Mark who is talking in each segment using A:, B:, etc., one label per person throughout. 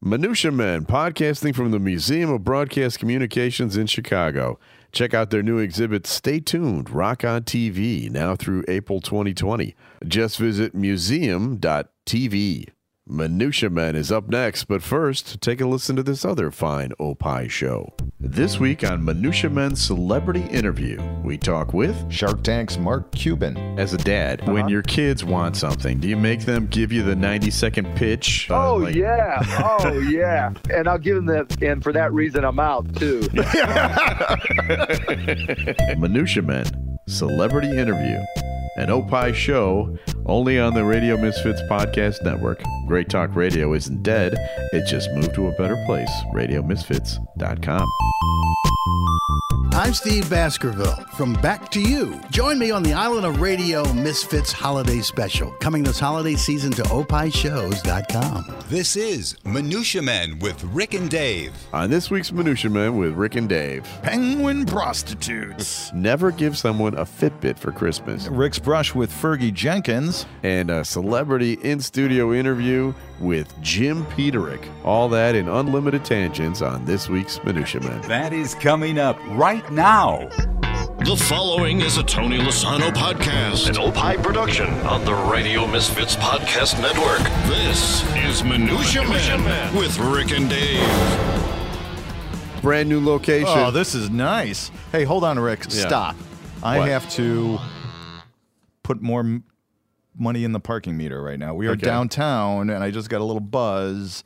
A: Minutia Men, podcasting from the Museum of Broadcast Communications in Chicago. Check out their new exhibit, Stay Tuned, Rock on TV, now through April 2020. Just visit museum.tv. Minutia Men is up next, but first, take a listen to this other fine Opie show. This week on Minutia Men's Celebrity Interview, we talk with
B: Shark Tank's Mark Cuban.
A: as a dad, when your kids want something, do you make them give you the 90 second pitch? Uh,
C: Oh
A: like-
C: yeah, oh yeah, and I'll give them that. And for that reason, I'm out too.
A: Minutia Men, Celebrity Interview, an Opie show only on the Radio Misfits Podcast Network. Great Talk Radio isn't dead, it just moved to a better place. RadioMisfits.com.
D: I'm Steve Baskerville from Back to You. Join me on the Island of Radio Misfits Holiday Special, coming this holiday season to opishows.com.
E: This is Minutia Men with Rick and Dave.
A: On this week's Minutia Men with Rick and Dave,
B: Penguin prostitutes.
A: never give someone a Fitbit for Christmas,
B: Rick's brush with Fergie Jenkins.
A: and a celebrity in studio interview with Jim Peterick. All that in unlimited tangents on this week's Minutia Men.
E: That is coming up right now.
F: The following is a Tony Lasano podcast, an Opie production on the Radio Misfits Podcast Network. This is Minutia, Man, with Rick and Dave.
A: Brand new location.
B: Oh, this is nice. Hey, hold on, Rick.
A: Yeah.
B: Stop. I
A: What?
B: have to put more m- money in the parking meter right now. We are
A: Okay.
B: downtown, and I just got a little buzz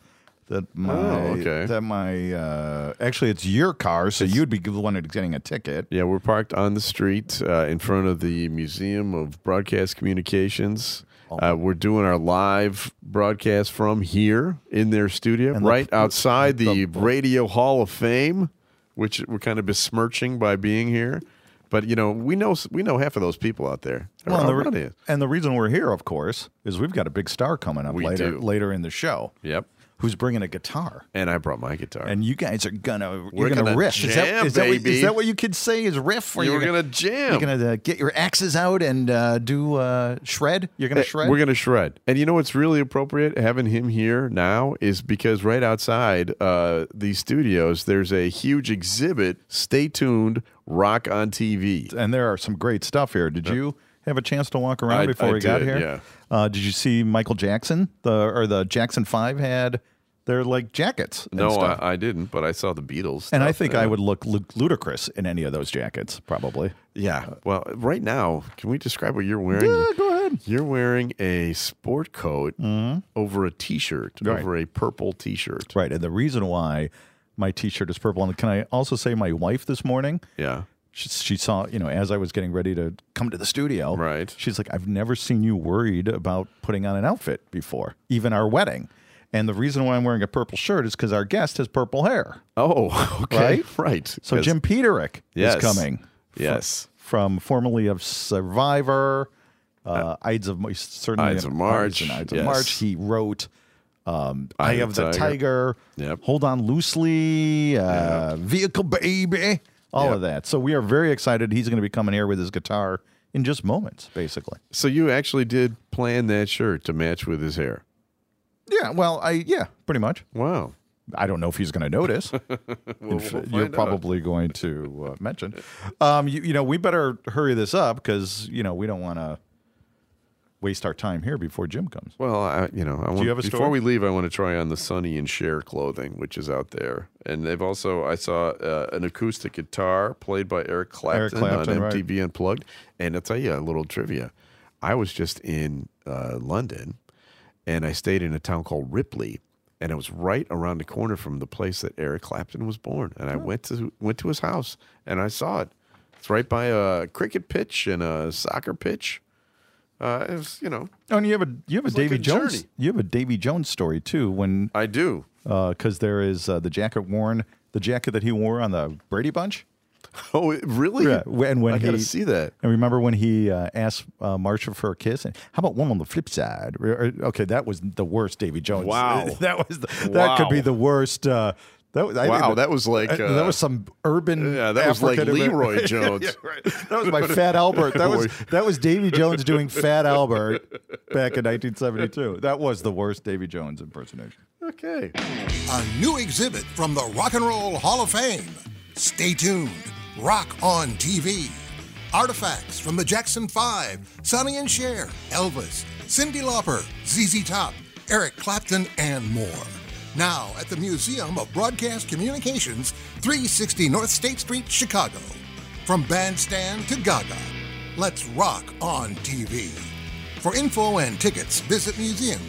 B: that my
A: okay.
B: that my uh, actually it's your car, so you'd be the one that's getting a ticket.
A: Yeah, we're parked on the street uh, in front of the Museum of Broadcast Communications. Uh, we're doing our live broadcast from here in their studio,
B: And the-
A: right outside the,
B: the-
A: Radio Hall of Fame, which we're kind of besmirching by being here. But you know, we know we know half of those people out there.
B: Well, and, the
A: Around
B: re-
A: it.
B: and the reason we're here, of course, is we've got a big star coming up
A: We
B: later
A: do.
B: later in the show.
A: Yep.
B: Who's bringing a guitar?
A: And I brought my guitar.
B: And you guys are gonna
A: We're
B: you're gonna,
A: gonna
B: riff. is, that,
A: jam,
B: is, that what,
A: baby.
B: is that what you could say is riff? Or
A: You're
B: you're
A: gonna jam.
B: You're gonna uh, get your axes out and uh, do uh, shred. You're gonna
A: Eh,
B: shred.
A: We're gonna shred. And you know what's really appropriate having him here now is because right outside uh, the studios, there's a huge exhibit. Stay tuned, rock on TV.
B: and there are some great stuff here. Did you have a chance to walk around
A: I-
B: before
A: I
B: we got
A: did,
B: here?
A: yeah.
B: Uh, did you see Michael Jackson? The or the Jackson Five had their like jackets. And
A: No,
B: stuff.
A: I, I didn't, but I saw the Beatles.
B: and I
A: stuff,
B: think
A: uh,
B: I would look lu- ludicrous in any of those jackets, probably.
A: Yeah. Well, right now, can we describe what you're wearing?
B: go ahead. Mm-hmm.
A: You're wearing a sport coat over a t-shirt,
B: Right.
A: over a purple t-shirt.
B: Right. And the reason why my T-shirt is purple, and can I also say my wife this morning?
A: Yeah.
B: She, she saw, you know, as I was getting ready to come to the studio.
A: Right.
B: She's like, I've never seen you worried about putting on an outfit before, even our wedding. And the reason why I'm wearing a purple shirt is because our guest has purple hair.
A: Oh, okay. Right.
B: Right? So
A: 'Cause-
B: Jim Peterick
A: Yes.
B: is coming
A: Yes.
B: from formerly of Survivor, uh, Ides of certainly
A: Ides of
B: an
A: March,
B: and Ides
A: yes.
B: of March. He wrote um, "Eye
A: of
B: of the
A: Tiger.
B: Tiger,"
A: Yep.
B: "Hold On Loosely," uh, "Vehicle Baby," all
A: Yep.
B: of that. So we are very excited. He's going to be coming here with his guitar in just moments, basically.
A: So you actually did plan that shirt to match with his hair.
B: Yeah. Well, I yeah, pretty much.
A: Wow.
B: I don't know if he's going to notice. In fa- you're probably going to uh, mention. Um, you, you know, we better hurry this up because you know we don't want to waste our time here before Jim comes.
A: Well, I, you know, I want,
B: you have a
A: before
B: store?
A: we leave, I want to try on the Sunny and Share clothing, which is out there. And they've also, I saw uh, an acoustic guitar played by Eric Clapton,
B: Clapton,
A: on
B: right.
A: MTV Unplugged. And I'll tell you a little trivia. I was just in uh, London and I stayed in a town called Ripley. And it was right around the corner from the place that Eric Clapton was born. And I went to went to his house and I saw it. It's right by a cricket pitch and a soccer pitch. Uh, it was, you know,
B: Oh, and you have a you have a
A: It's like
B: Davy
A: a
B: Jones
A: journey.
B: you have a Davy Jones story too when
A: I do.
B: because there is uh, the jacket worn the jacket that he wore on the Brady Bunch.
A: Oh, it- really?
B: Yeah, wh- and when
A: I gotta
B: he-
A: see that.
B: And remember when he uh, asked uh, Marsha for a kiss? And how about one on the flip side? Or- or- Okay, that was the worst Davy Jones.
A: Wow.
B: that was the, that
A: Wow.
B: could be the worst. Uh, That was, I think
A: Wow, that was like,
B: that-
A: uh,
B: that was some urban.
A: Yeah, that was like
B: African-
A: Leroy Jones.
B: Yeah, right. That was my Fat Albert. That was that was Davy Jones doing Fat Albert back in 1972. That was the worst Davy Jones impersonation.
A: Okay.
G: a new exhibit from the Rock and Roll Hall of Fame. Stay tuned. Rock on TV. Artifacts from the Jackson Five, Sonny and Cher, Elvis, Cindy Lauper, ZZ Top, Eric Clapton, and more. Now at the Museum of Broadcast Communications, 360 North State Street, Chicago. From bandstand to gaga, let's rock on TV. For info and tickets, visit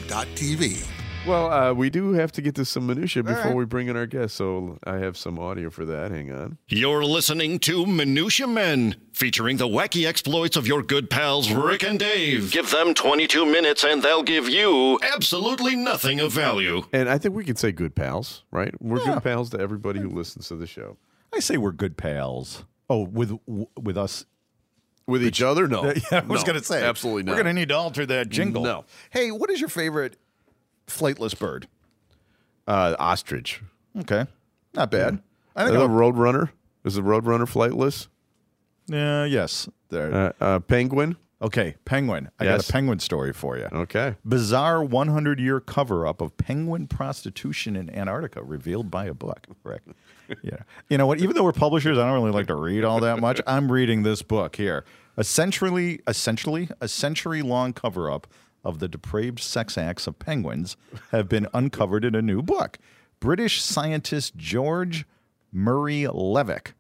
G: museum.tv.
A: Well, uh, we do have to get to some minutia before
B: right.
A: we bring in our guest, so I have some audio for that. Hang on.
F: You're listening to Minutia Men, featuring the wacky exploits of your good pals Rick and Dave. Give them 22 minutes and they'll give you absolutely nothing of value.
A: And I think we can say good pals, right? We're good pals to everybody who listens to the show.
B: I say we're good pals. Oh, with with us.
A: With each other? No.
B: Yeah, I was
A: No,
B: going to say
A: Absolutely not.
B: We're going to need to alter that jingle.
A: No.
B: Hey, what is your favorite flightless bird?
A: uh, ostrich.
B: Okay, not bad. I
A: Uh,
B: think.
A: the
B: I'll-
A: Roadrunner. Is the Roadrunner flightless?
B: Yeah. yes. There.
A: Uh, uh, penguin.
B: okay. Penguin. I got
A: Yes.
B: a penguin story for you.
A: Okay.
B: Bizarre 100 year cover up of penguin prostitution in Antarctica revealed by a book. Rick. Yeah. You know what? Even though we're publishers, I don't really like to read all that much. I'm reading this book here. Essentially, essentially, a century long cover up of the depraved sex acts of penguins have been uncovered in a new book. British scientist George Murray Levick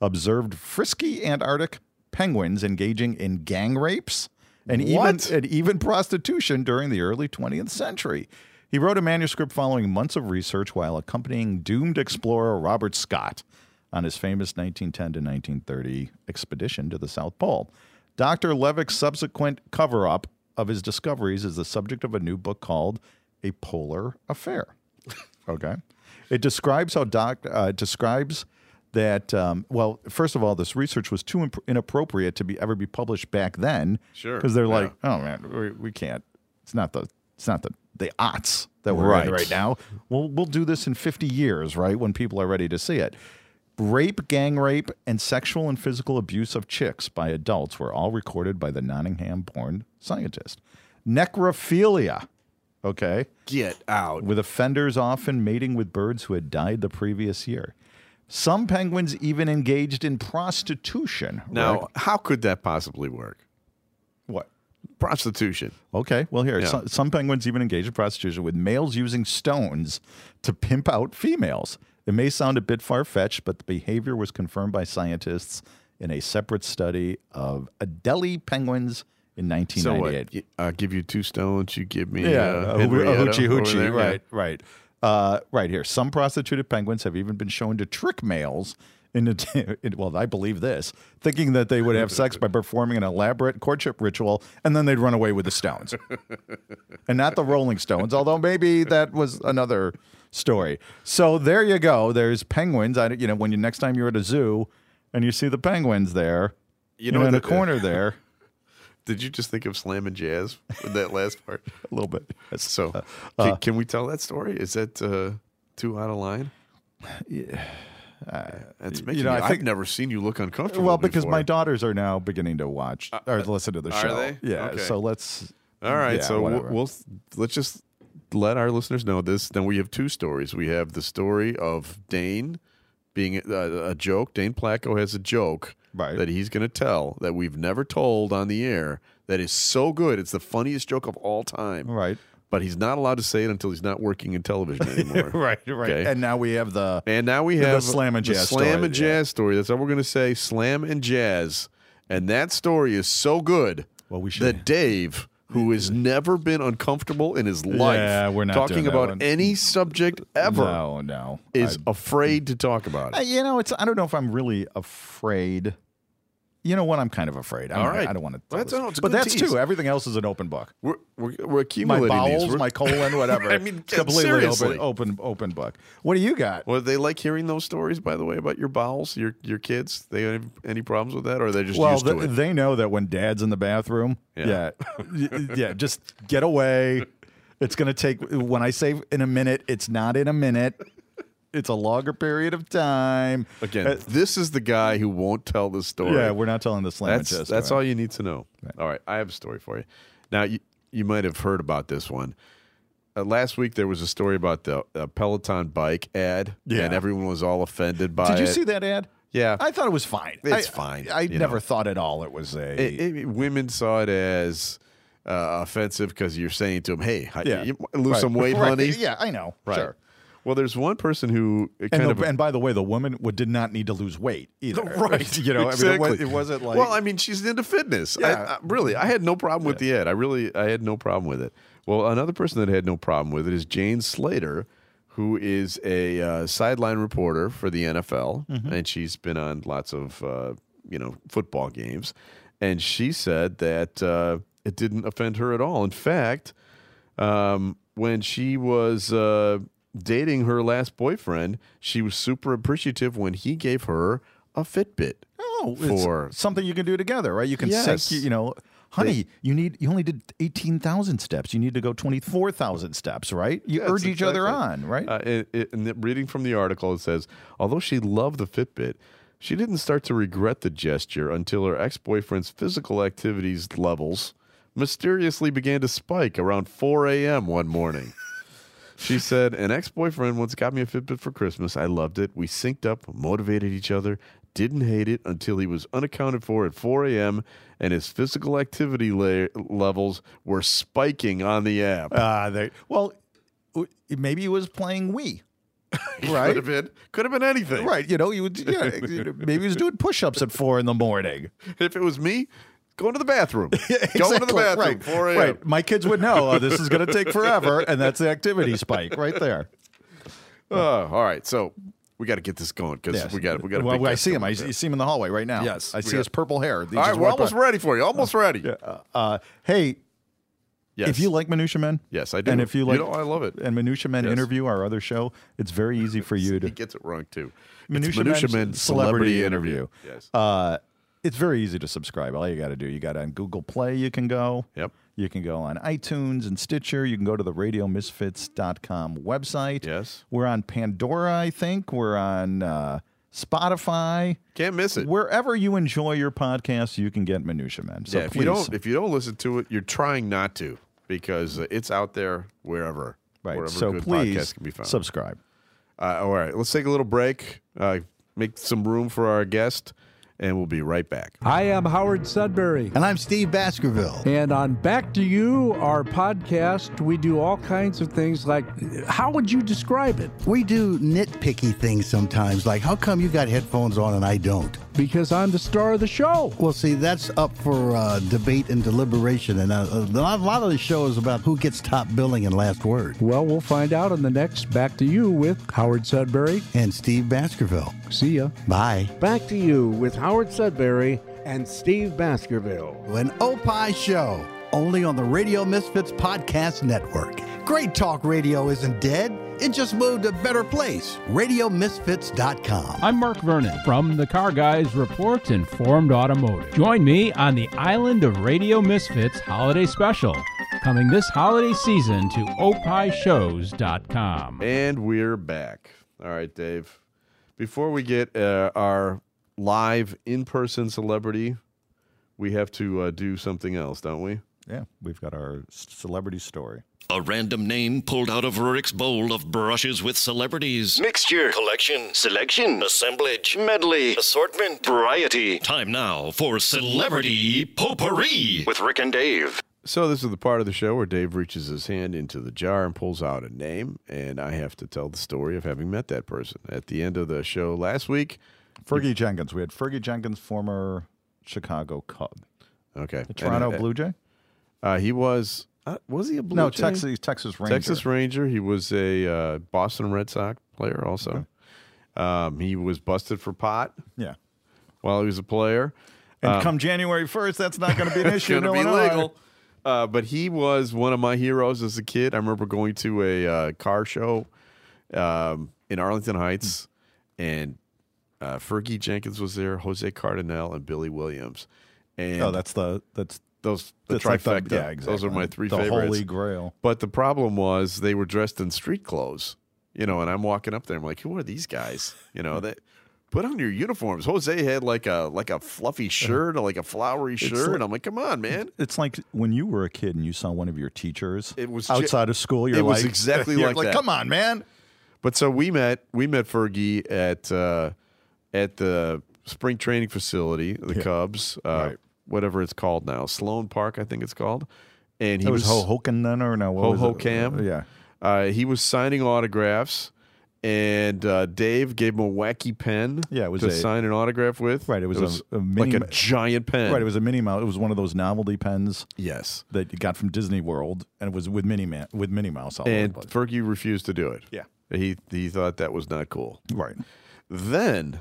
B: observed frisky Antarctic penguins engaging in gang rapes and even
A: What?
B: and even prostitution during the early 20th century. He wrote a manuscript following months of research while accompanying doomed explorer Robert Scott on his famous 1910 to 1930 expedition to the South Pole. Dr. Levick's subsequent cover up of his discoveries is the subject of a new book called A Polar Affair. Okay. It describes how doc uh, it describes that. Um, well, first of all, this research was too imp- inappropriate to be ever be published back then.
A: Sure,
B: Because they're like, oh man, we, we can't. It's not the it's not the the odds that we're
A: Right.
B: in right now. We'll we'll do this in 50 years, right? When people are ready to see it. Rape, gang rape, and sexual and physical abuse of chicks by adults were all recorded by the Nottingham-born scientist. Necrophilia. Okay
A: Get out.
B: with offenders often mating with birds who had died the previous year. Some penguins even engaged in prostitution.
A: Now,
B: Rick.
A: how could that possibly work?
B: what?
A: Prostitution.
B: Okay, well, here,
A: Yeah.
B: some, some penguins even engage in prostitution with males using stones to pimp out females. It may sound a bit far fetched, but the behavior was confirmed by scientists in a separate study of Adelie penguins in
A: So what?
B: 1998.
A: Y- Uh, give you two stones. You give me uh,
B: Yeah, a, hoo- a
A: Henrietta
B: hoochie
A: over
B: hoochie,
A: there.
B: right, right, uh, right here. Some prostituted penguins have even been shown to trick males into, in- well, I believe this, thinking that they would have sex by performing an elaborate courtship ritual, and then they'd run away with the stones, and not the Rolling Stones. Although maybe that was another story. So there you go. There's penguins. I, you know, when you next time you're at a zoo and you see the penguins there, you know,
A: know
B: in the
A: that-
B: corner there,
A: Did you just think of slamming jazz with that last part?
B: a little bit.
A: So,
B: Uh,
A: can, can we tell that story? Is that uh, too out of line? Yeah, that's making. You
B: know, I
A: I
B: think-
A: have never seen you look uncomfortable.
B: Well, because my
A: before.
B: daughters are now beginning to watch or listen to the
A: Uh, are
B: show.
A: they?
B: Yeah.
A: Okay.
B: So let's.
A: All right,
B: yeah,
A: so we'll,
B: whatever.
A: we'll s- let's just let our listeners know this. Then we have two stories. We have the story of Dane being uh, a, a joke. Dane Placco has a joke
B: Right.
A: that he's going to tell that we've never told on the air. That is so good. It's the funniest joke of all time.
B: Right.
A: But he's not allowed to say it until he's not working in television anymore.
B: Right. Right.
A: Okay.
B: And now we have the.
A: And now we
B: The
A: have
B: slam and
A: the
B: jazz
A: slam
B: story,
A: and
B: yeah.
A: jazz story. That's what we're going to say. Slam and jazz, and that story is so good.
B: Well, we should-
A: that Dave, who has never been uncomfortable in his life,
B: Yeah, we're not
A: talking
B: doing that
A: about
B: one.
A: any subject ever,
B: No. No.
A: is afraid to talk about
B: I,
A: it.
B: you know, it's. I don't know if I'm really afraid. You know what? I'm kind of afraid. I'm
A: All
B: not-
A: right.
B: I don't want to.
A: Well, that's- no, it's a
B: but
A: good
B: that's
A: tease.
B: too. Everything else is an open book.
A: We're, we're, we're
B: My
A: accumulating these.
B: bowels,
A: We're-
B: my colon, whatever.
A: I mean,
B: It's completely
A: seriously.
B: open, Oh. open, open book. What do you got?
A: well, they like hearing those stories, by the way, about your bowels, your your kids. They have any problems with that, or they're just
B: well,
A: used to
B: th-
A: it.
B: they know that when dad's in the bathroom,
A: Yeah.
B: yeah, yeah, yeah, just get away. It's going to take, when I say in a minute, it's not in a minute. it's a longer period of time.
A: Again,
B: Uh,
A: this is the guy who won't tell the story.
B: yeah, we're not telling the slam and
A: That's
B: chest.
A: that's
B: right?
A: all you need to know. All right, I have a story for you. Now you you might have heard about this one. Uh, last week there was a story about the uh, Peloton bike ad,
B: Yeah.
A: and everyone was all offended by
B: Did you
A: it.
B: see that ad?
A: Yeah.
B: I thought it was fine.
A: It's
B: I-
A: fine,
B: I, I
A: you
B: never
A: know.
B: thought at all it was a.
A: It- it- women saw it as uh, offensive because you're saying to them, "Hey, I-
B: yeah,
A: you, lose
B: Right.
A: some weight,
B: Right.
A: honey."
B: Yeah, I know.
A: Right.
B: Sure.
A: Well, there's one person who uh,
B: And,
A: kind
B: the-
A: of
B: and by the way, the woman would, did not need to lose weight either.
A: Right.
B: you know, I mean, it, was,
A: Exactly.
B: it wasn't like.
A: Well, I mean, she's into fitness. I-
B: Yeah.
A: I- really, I had no problem with the ad. I really, I had no problem with it. Well, another person that had no problem with it is Jane Slater, who is a uh, sideline reporter for the NFL,
B: Mm-hmm.
A: and she's been on lots of uh, you know football games, and she said that uh, it didn't offend her at all. In fact, um, when she was uh, dating her last boyfriend, she was super appreciative when he gave her a Fitbit.
B: oh, it's
A: for
B: something you can do together, right? You can
A: Yes.
B: sync, you, you know, honey, you need you only did 18,000 steps. You need to go 24,000 steps, right? You
A: That's
B: urge each other
A: exactly-
B: on, right?
A: Uh, it, it, and the- reading from the article, it says, although she loved the Fitbit, she didn't start to regret the gesture until her ex boyfriend's physical activities levels mysteriously began to spike around 4 a.m. one morning. She said, An ex boyfriend once got me a Fitbit for Christmas. I loved it. We synced up, motivated each other, didn't hate it until he was unaccounted for at 4 a.m. and his physical activity la- levels were spiking on the app.
B: Uh, they, well, w- maybe he was playing Wii.
A: Could
B: Right,
A: have been. Could have been anything.
B: right. You know, you would. Yeah, maybe he was doing push-ups at four in the morning.
A: If it was me, going to the bathroom. Going to the
B: Exactly,
A: bathroom.
B: Right.
A: 4 a.m.
B: right. My kids would know. Oh, this is going to take forever, and that's the activity spike right there.
A: Uh, all right. So we got to get this going because we got we got. a
B: Well,
A: big
B: I
A: guest
B: see him. I
A: coming.
B: see, see him in the hallway right now.
A: Yes,
B: I
A: we
B: see
A: got-
B: his purple hair. He
A: All right,
B: just
A: we're
B: walked
A: almost
B: by.
A: ready for you. Almost ready.
B: Uh, hey,
A: Yes.
B: if you like Minutia Men,
A: Yes, I do.
B: And if you
A: You
B: like,
A: know, I love it.
B: And Minutia Men
A: Yes.
B: interview our other show. It's very easy for you
A: he
B: to
A: gets it wrong too. It's
B: Minutia, Men's
A: Men's Yes.
B: Yes. Uh, it's very easy to subscribe. All you got to do, you got on Google Play, you can go.
A: Yep.
B: You can go on iTunes and Stitcher. You can go to the radiomisfits.com website.
A: Yes.
B: We're on Pandora, I think. We're on uh, Spotify.
A: Can't miss it.
B: Wherever you enjoy your podcast, you can get Minutia Men. So
A: yeah, if
B: please.
A: you don't if you don't listen to it, you're trying not to because uh, it's out there wherever.
B: right.
A: Wherever
B: So
A: good
B: please
A: podcasts can be found.
B: subscribe.
A: Uh, all right, let's take a little break. Uh, make some room for our guest, and we'll be right back.
H: I am Howard Sudbury.
D: And I'm Steve Baskerville.
H: And on Back to You, our podcast, we do all kinds of things like how would you describe it?
D: We do nitpicky things sometimes, like how come you got headphones on and I don't?
H: Because I'm the star of the show.
D: Well, see, that's up for uh, debate and deliberation, and uh, a lot- a lot of the show is about who gets top billing and last word.
H: Well, we'll find out on the next Back to You with Howard Sudbury.
D: And Steve Baskerville.
H: See ya.
D: Bye.
I: Back to you with Howard Sudbury and Steve Baskerville.
D: An Opie Show, only on the Radio Misfits Podcast Network. Great talk radio isn't dead. It just moved to a better place. RadioMisfits.com.
J: I'm Mark Vernon from The Car Guys Reports Informed Automotive. Join me on the Island of Radio Misfits holiday special, coming this holiday season to opishows.com.
A: And we're back. All right, Dave. Before we get uh, our live in-person celebrity, we have to uh, do something else, don't we?
B: Yeah, we've got our s- celebrity story.
F: A random name pulled out of Rurik's bowl of brushes with celebrities.
K: Mixture, collection, selection, assemblage, medley, assortment, variety.
F: Time now for Celebrity Potpourri.
K: With Rick and Dave.
A: So this is the part of the show where Dave reaches his hand into the jar and pulls out a name, and I have to tell the story of having met that person. At the end of the show last week,
B: Fergie Jenkins. We had Fergie Jenkins, former Chicago Cub,
A: okay,
B: the Toronto
A: and, uh,
B: Blue Jay.
A: Uh, he was uh, was he a blue?
B: no,
A: Jay?
B: Texas Texas Ranger.
A: Texas Ranger. He was a uh, Boston Red Sox player also. Um, he was busted for pot
B: yeah.
A: while he was a player.
B: And come January first, that's not going to be an issue.
A: um, Gonna
B: no
A: be
B: one-
A: legal. Uh, but he was one of my heroes as a kid. I remember going to a uh, car show um, in Arlington Heights,
B: Hmm.
A: and uh, Fergie Jenkins was there, Jose Cardinal, and Billy Williams. And
B: Oh, that's the that's
A: those the
B: that's like
A: trifecta.
B: the, yeah,
A: Those are
B: exactly.
A: my three
B: the
A: favorites.
B: Holy Grail.
A: But the problem was they were dressed in street clothes. You know, and I'm walking up there. I'm like, who are these guys? You know, that put on your uniforms. Jose had like a like a fluffy shirt, or like a flowery
B: Uh-huh. It's
A: shirt. and I'm like, come on, man.
B: It's like when you were a kid and you saw one of your teachers
A: It was ju-
B: outside of school. You're
A: it
B: like,
A: was exactly
B: you're
A: like, that.
B: come on, man.
A: But so we met. We met Fergie at uh, at the spring training facility, the Cubs, uh, whatever it's called now, Sloan Park, I think it's called. And he
B: It was,
A: was,
B: Ho Hoken then or no? what
A: Ho
B: was
A: Ho
B: it?
A: Cam.
B: Yeah.
A: Uh, he was signing autographs, and uh, Dave gave him a wacky pen.
B: Yeah, it was
A: to
B: a-
A: sign an autograph with. Right,
B: It was, a, a mini,
A: like a giant pen.
B: Right, it was a Minnie Mouse. It was one of those novelty pens.
A: Yes,
B: that you got from Disney World, and it was with Minnie Man, with Minnie Mouse. All
A: and
B: over the place.
A: Fergie refused to do it.
B: Yeah.
A: he he thought that was not cool.
B: right.
A: Then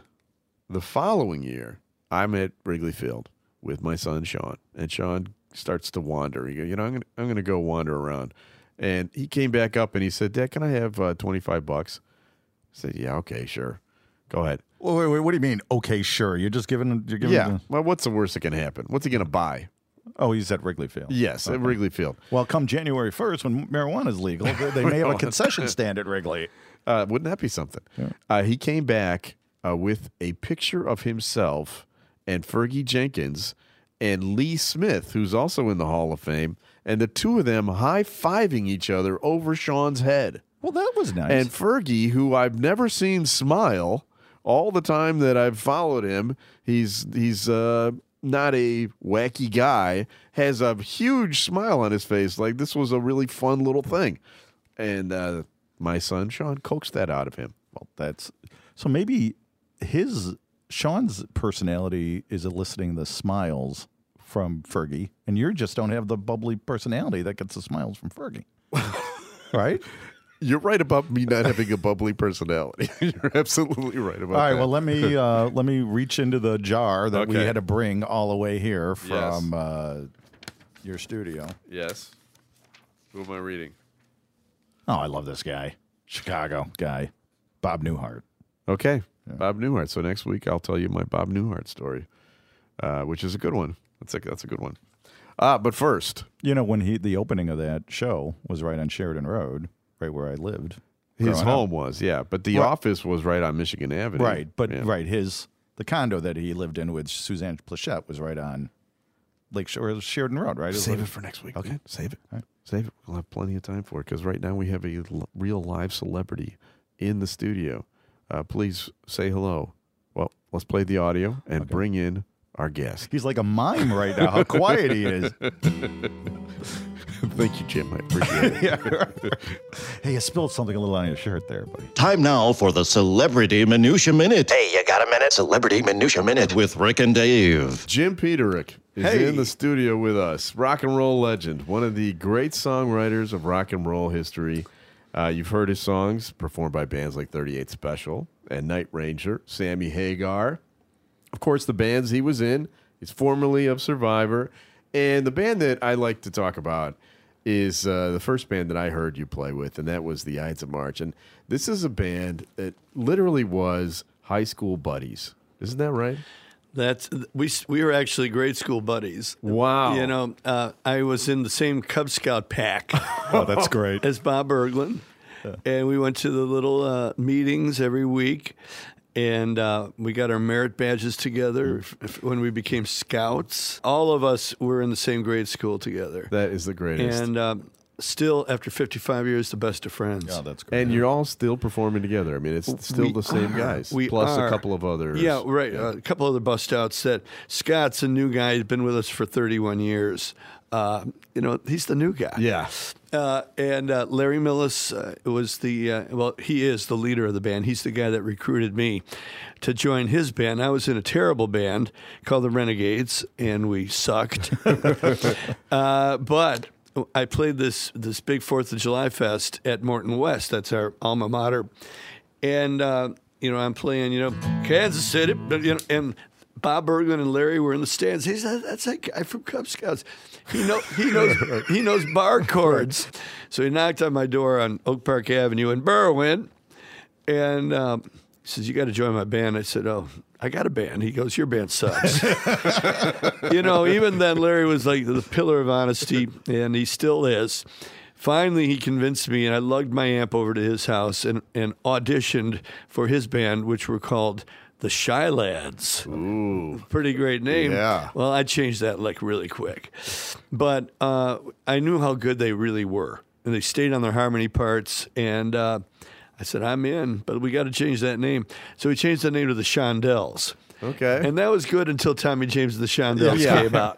A: the following year, I'm at Wrigley Field with my son Sean, and Sean starts to wander. He goes, you know, I'm gonna I'm gonna go wander around, and he came back up and he said, Dad, can I have uh, 25 bucks? I said, Yeah, okay, sure, go ahead.
B: Well, wait, wait, what do you mean? Okay, sure. You're just giving. You're giving.
A: yeah,
B: the-
A: well, what's the worst that can happen? What's he gonna buy?
B: oh, he's at Wrigley Field.
A: Yes, at
B: Okay.
A: Wrigley Field.
B: Well, come January 1st, when marijuana is legal, they- they may have a concession stand at Wrigley.
A: Uh, wouldn't that be something? Uh, he came back uh, with a picture of himself and Fergie Jenkins and Lee Smith, who's also in the Hall of Fame, and the two of them high fiving each other over Sean's head.
B: Well, that was nice.
A: And Fergie, who I've never seen smile all the time that I've followed him, he's he's uh, not a wacky guy, has a huge smile on his face. Like this was a really fun little thing. And uh, my son Sean coaxed that out of him.
B: Well, that's so maybe his Sean's personality is eliciting the smiles from Fergie, and you just don't have the bubbly personality that gets the smiles from Fergie, right?
A: You're right about me not having a bubbly personality. You're absolutely right about
B: All right.
A: that.
B: Well, let me uh, let me reach into the jar that we
A: Okay.
B: had to bring all the way here from
A: Yes.
B: uh, your studio.
A: yes. Who am I reading?
B: Oh, I love this guy, Chicago guy, Bob Newhart.
A: Okay. Bob Newhart. So next week I'll tell you my Bob Newhart story, uh, which is a good one. That's a, that's a good one. Uh, but first,
B: You know, when he the opening of that show was right on Sheridan Road, right where I lived.
A: his
B: growing up.
A: home was, yeah, but the
B: Right.
A: office was right on Michigan Avenue.
B: Right, but
A: Yeah.
B: right, his the condo that he lived in with Suzanne Plachette was right on Lake Shore, Sheridan Road, right? was
A: Save
B: like-
A: it for next week.
B: Okay,
A: Okay. Save it. Save it. We'll have plenty of time for it because right now we have a l- real live celebrity in the studio. Uh, please say hello. Well, let's play the audio and bring in our guest.
B: he's like a mime right now. How quiet he is!
A: Thank you, Jim. I appreciate it.
B: Hey, you spilled something a little on your shirt there, buddy.
K: Time now for the Celebrity Minutia Minute. Hey, you got a minute? Celebrity Minutia Minute with Rick and Dave.
A: Jim Peterick is
K: Hey.
A: in the studio with us. Rock and roll legend, one of the great songwriters of rock and roll history. Uh, you've heard his songs performed by bands like 38 Special and Night Ranger, Sammy Hagar. Of course, the bands he was in. He's formerly of Survivor. And the band that I like to talk about is uh, the first band that I heard you play with, and that was the Ides of March. And this is a band that literally was high school buddies. Isn't that right?
L: That's we we were actually grade school buddies.
A: Wow.
L: You know, uh, I was in the same Cub Scout pack.
B: Oh, that's great.
L: As Bob Berglund, and we went to the little uh, meetings every week, and uh, we got our merit badges together f- f- when we became scouts. All of us were in the same grade school together,
A: That is the greatest.
L: and um, still after 55 years, the best of friends. Yeah,
B: that's
A: And you're all still performing together. I mean, it's still
L: We
A: the same
L: are.
A: guys,
L: We
A: plus
L: are.
A: a couple of others.
L: Yeah, right. uh, A couple other bust outs that Scott's a new guy. He's been with us for 31 years. Uh, you know, he's the new guy.
A: Yeah.
L: Uh, and uh, Larry Millis uh, was the, uh, well, he is the leader of the band. He's the guy that recruited me to join his band. I was in a terrible band called the Renegades, and we sucked. uh, but I played this this big Fourth of July fest at Morton West. That's our alma mater, and uh, you know I'm playing. You know Kansas City, but, you know, and Bob Berglund and Larry were in the stands. He's that, that's that guy from Cub Scouts. He know he knows he knows bar chords. So he knocked on my door on Oak Park Avenue in Berwyn, and. Um, he says, You got to join my band. I said, Oh, I got a band. He goes, Your band sucks you know, even then, Larry was like the pillar of honesty, and he still is. Finally, he convinced me, and I lugged my amp over to his house and, and auditioned for his band, which were called the Shy Lads. Ooh. Pretty great name.
A: Yeah.
L: Well, I changed that like really quick. But uh, I knew how good they really were. And they stayed on their harmony parts. And uh, I said, I'm in, but we got to change that name. So we changed the name to the Shondells.
A: Okay.
L: And that was good until Tommy James and the Shondells
A: Yeah.
L: came out.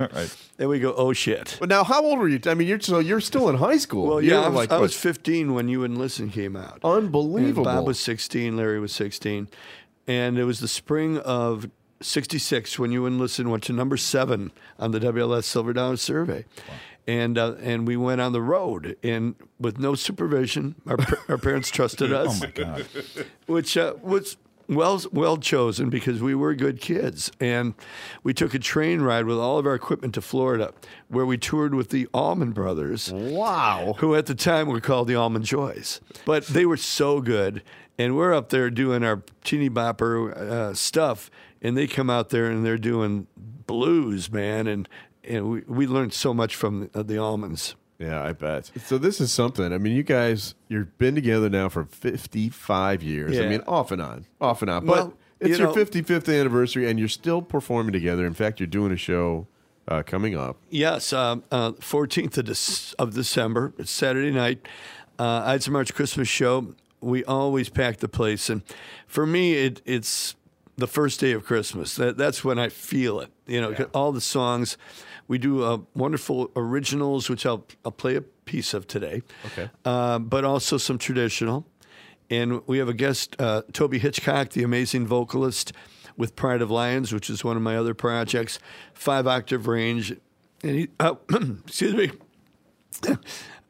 L: Then we go, oh shit.
A: But now, how old were you? I mean, you're so you're still in high school.
L: Well,
A: You're
L: yeah, I was,
A: like,
L: I
A: what,
L: was 15 when You and Listen came out.
A: Unbelievable.
L: And Bob was 16, Larry was 16. And it was the spring of 66 when You and Listen went to number seven on the WLS Silver Dollar Survey. And, uh, and we went on the road and with no supervision, our, par- our parents trusted
B: Oh
L: us.
B: my God.
L: Which uh, was well well chosen because we were good kids, and we took a train ride with all of our equipment to Florida, where we toured with the Allman Brothers.
A: Wow!
L: Who at the time were called the Allman Joys, but they were so good, and we're up there doing our teeny bopper uh, stuff, and they come out there and they're doing blues, man, and and we, we learned so much from the, the Allmans.
A: Yeah, I bet. So this is something. I mean, you guys, you've been together now for 55 years. I
L: Yeah.
A: mean, off and on, off and on. But
L: Well,
A: it's
L: you
A: your
L: know-
A: 55th anniversary, and you're still performing together. In fact, you're doing a show uh, coming up.
L: Yes, uh, fourteenth of, Dec- of December, it's Saturday night. Uh, I had some March Christmas show. We always pack the place, and for me, it, it's the first day of Christmas. That, that's when I feel it. You know, 'cause all the songs. We do uh, wonderful originals, which I'll, I'll play a piece of today,
A: Okay.
L: uh, but also some traditional. And we have a guest, uh, Toby Hitchcock, the amazing vocalist with Pride of Lions, which is one of my other projects, five octave range. And he, uh, excuse me,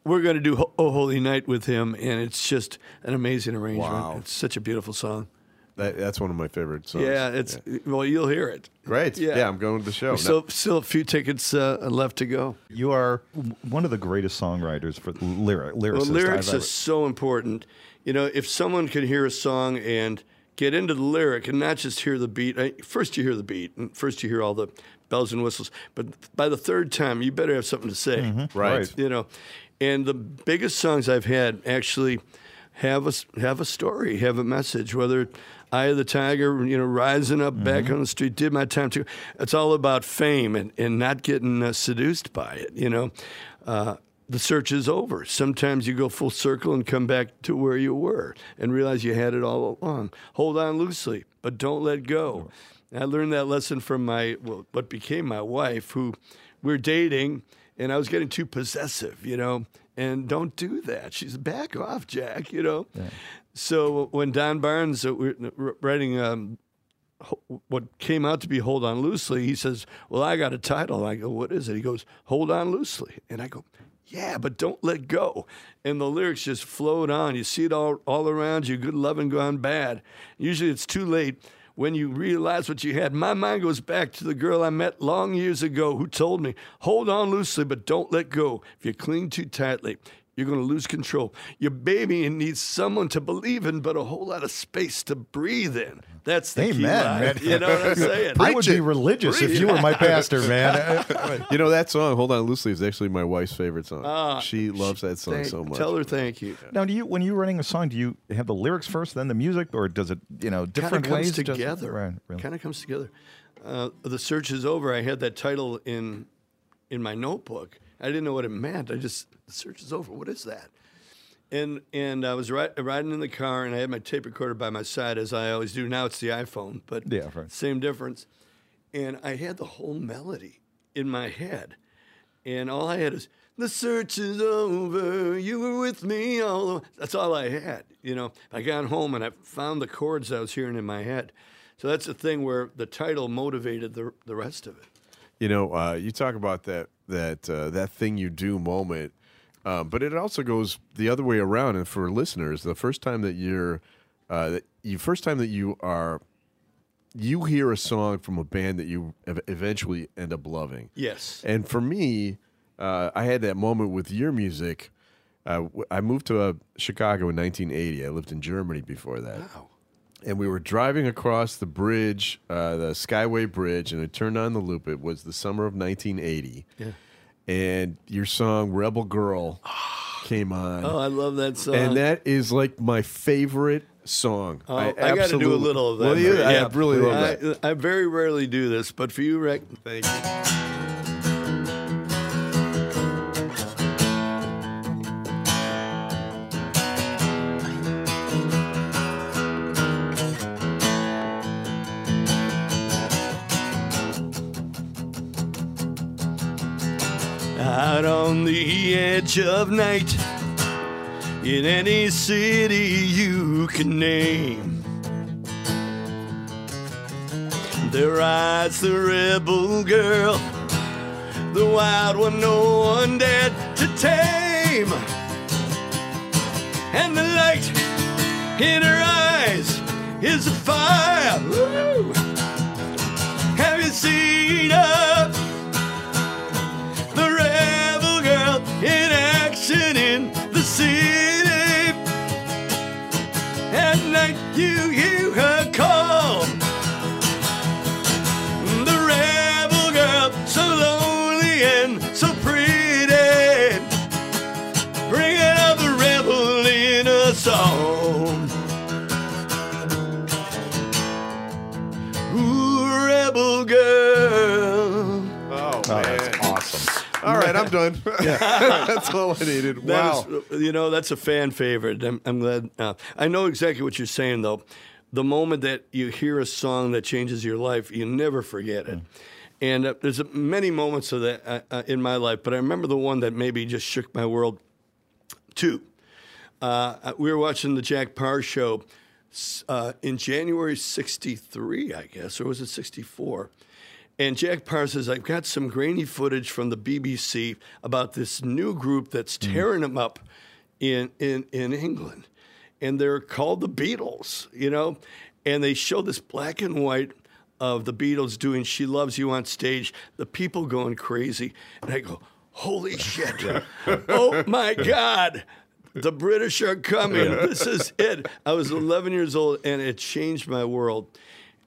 L: we're going to do Ho- Oh Holy Night with him, and it's just an amazing arrangement.
A: Wow.
L: It's such a beautiful song.
A: That, that's one of my favorite songs.
L: yeah, it's well, you'll hear it.
A: Great. Yeah. I'm going to the show.
L: We still, still a few tickets uh, left to go.
B: You are w- one of the greatest songwriters for lyric lyricists.
L: Well, lyrics
B: I've
L: is so important. You know, if someone could hear a song and get into the lyric and not just hear the beat, I- first you hear the beat, and first you hear all the bells and whistles, but by the third time, you better have something to say.
A: Mhm. Right. Right.
L: You know, and the biggest songs I've had actually have a s- have a story, have a message. Whether Eye of the Tiger, you know, rising up back on the street, did my time too. It's all about fame and and not getting uh, seduced by it. You know, uh, the search is over. Sometimes you go full circle and come back to where you were and realize you had it all along. Hold on loosely, but don't let go. And I learned that lesson from my well, what became my wife, who we're dating and I was getting too possessive, you know, and don't do that. She's back off, Jack, you know. So when Don Barnes, uh, we're we're writing um, ho- what came out to be Hold On Loosely, he says, Well, I got a title. I go, What is it? He goes, Hold On Loosely. And I go, Yeah, but don't let go. And the lyrics just flowed on. You see it all, all around you, good loving gone bad. Usually it's too late when you realize what you had. My mind goes back to the girl I met long years ago who told me, Hold on loosely, but don't let go. If you cling too tightly, you're going to lose control. Your baby needs someone to believe in, but a whole lot of space to breathe in. That's the key line. You know what I'm saying?
B: I would be religious if you were my pastor, man. Uh,
A: you know, that song, Hold On Loosely, is actually my wife's favorite song.
L: Ah,
A: she loves that song
L: Thank-
A: so much.
L: Tell her thank you.
B: Now, do you when you're writing a song, do you have the lyrics first, then the music, or does it you know different
L: kinda
B: ways?
L: comes
B: Just-
L: together.
B: right, really.
L: Kind of comes together. Uh, the search is over. I had that title in in my notebook. I didn't know what it meant. I just the search is over. What is that? And and I was ri- riding in the car, and I had my tape recorder by my side as I always do. Now it's the iPhone, but
B: Yeah, right.
L: same difference. And I had the whole melody in my head, and all I had is the search is over. You were with me all. The-" That's all I had. You know, I got home and I found the chords I was hearing in my head. So that's the thing where the title motivated the the rest of it.
A: You know, uh, you talk about that that uh, that thing you do moment, uh, but it also goes the other way around. And for listeners, the first time that you're, uh, that you first time that you are, you hear a song from a band that you ev- eventually end up loving.
L: Yes.
A: And for me, uh, I had that moment with your music. Uh, w- I moved to uh, Chicago in 1980. I lived in Germany before that.
L: Ah.
A: Wow. And we were driving across the bridge, uh, the Skyway Bridge, and I turned on the loop. It was the summer of 1980.
L: Yeah.
A: And your song "Rebel Girl" came on.
L: Oh, I love that song.
A: And that is like my favorite song.
L: Oh, I, got to do a
A: absolutely-
L: little of that.
A: Will you?
L: for-
A: I really love that.
L: I, I very rarely do this, but for you, Rick, thank you. Out on the edge of night, in any city you can name. There rides the rebel girl, the wild one no one dared to tame. And the light in her eyes is a fire. Woo! Have you seen her? The rebel girl in action in the city. At night you hear her call. The rebel girl, so lonely and so pretty. Bring out the rebel in a song. Ooh, rebel girl.
A: Oh,
B: that's awesome.
A: All right, I'm done. that's all I needed. Wow.
L: That is- uh, you know, that's a fan favorite. I'm, I'm glad. Uh, I know exactly what you're saying, though. The moment that you hear a song that changes your life, you never forget it. And uh, there's uh, many moments of that uh, uh, in my life, but I remember the one that maybe just shook my world. Two, uh, we were watching the Jack Parr show s- uh, in January '63, I guess, or was it '64? And Jack Parr says, I've got some grainy footage from the BBC about this new group that's tearing them up in, in, in England. And they're called the Beatles, you know? And they show this black and white of the Beatles doing She Loves You on stage, the people going crazy. And I go, holy shit. oh my God. The British are coming. This is it. I was 11 years old and it changed my world.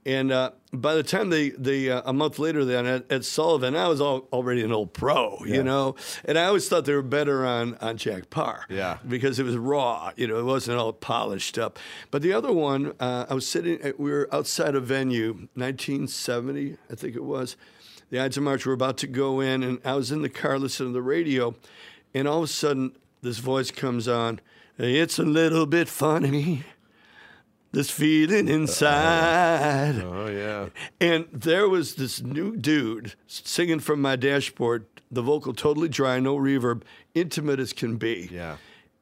L: And uh, by the time they, they uh, a month later, then at, at Sullivan, I was all, already an old pro, you know. And I always thought they were better on on Jack Parr, yeah, because it was raw, you know, it wasn't all polished up. But the other one, uh, I was sitting, at, we were outside a venue, 1970, I think it was. The Ides of March were about to go in, and I was in the car listening to the radio, and all of a sudden, this voice comes on. It's a little bit funny this feeling inside.
A: Oh yeah.
L: And there was this new dude singing from my dashboard, the vocal totally dry, no reverb, intimate as can be.
A: Yeah.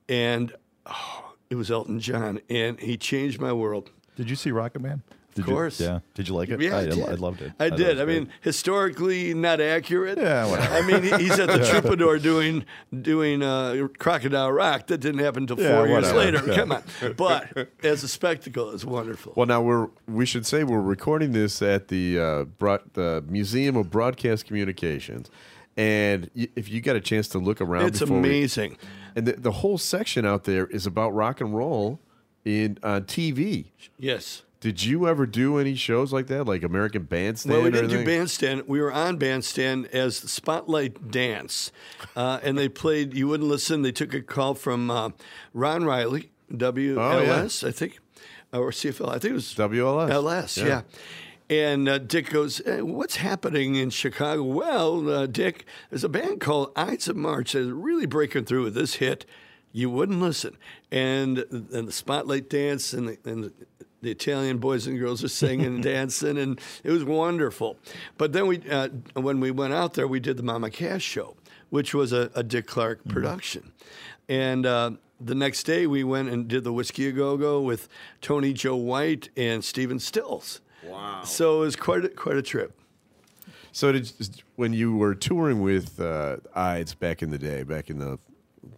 L: And oh, it was Elton John, and he changed my world.
B: Did you see Rocket Man? Did
L: Of course.
B: You, yeah. Did you like it?
L: Yeah, I, did.
B: I loved it.
L: I
B: thought
L: did.
B: was
L: I
B: great.
L: mean, historically not accurate. Yeah,
B: whatever.
L: I mean, he- he's at the Troubadour doing doing uh, Crocodile Rock. That didn't happen until
A: Yeah,
L: four years
A: whatever.
L: later.
A: Yeah.
L: Come on. But as a spectacle, it's wonderful.
A: Well, now we're we should say we're recording this at the uh, broad, the Museum of Broadcast Communications, and y- if you got a chance to look around,
L: It's
A: before we-
L: amazing.
A: and the, the whole section out there is about rock and roll in on TV.
L: Yes.
A: Did you ever do any shows like that, like American Bandstand?
L: Well, we
A: or
L: didn't do
A: anything?
L: Bandstand. We were on Bandstand as the Spotlight Dance, uh, and they played. You wouldn't listen. They took a call from uh, Ron Riley, WLS,
A: Oh,
L: I think, or CFL. I think it was
A: WLS.
L: LS, yeah. And uh, Dick goes, "Eh, What's happening in Chicago? Well, uh, Dick, there's a band called Ides of March that's really breaking through with this hit. You wouldn't listen. And, and the spotlight dance and the, and the, the Italian boys and girls are singing and dancing, and it was wonderful. But then we, uh, when we went out there, we did the Mama Cash show, which was a, a Dick Clark production. And uh, the next day, we went and did the Whiskey A Go Go with Tony Joe White and Steven Stills. Wow! So it was quite a, quite a trip.
A: So did when you were touring with uh, Ides back in the day, back in the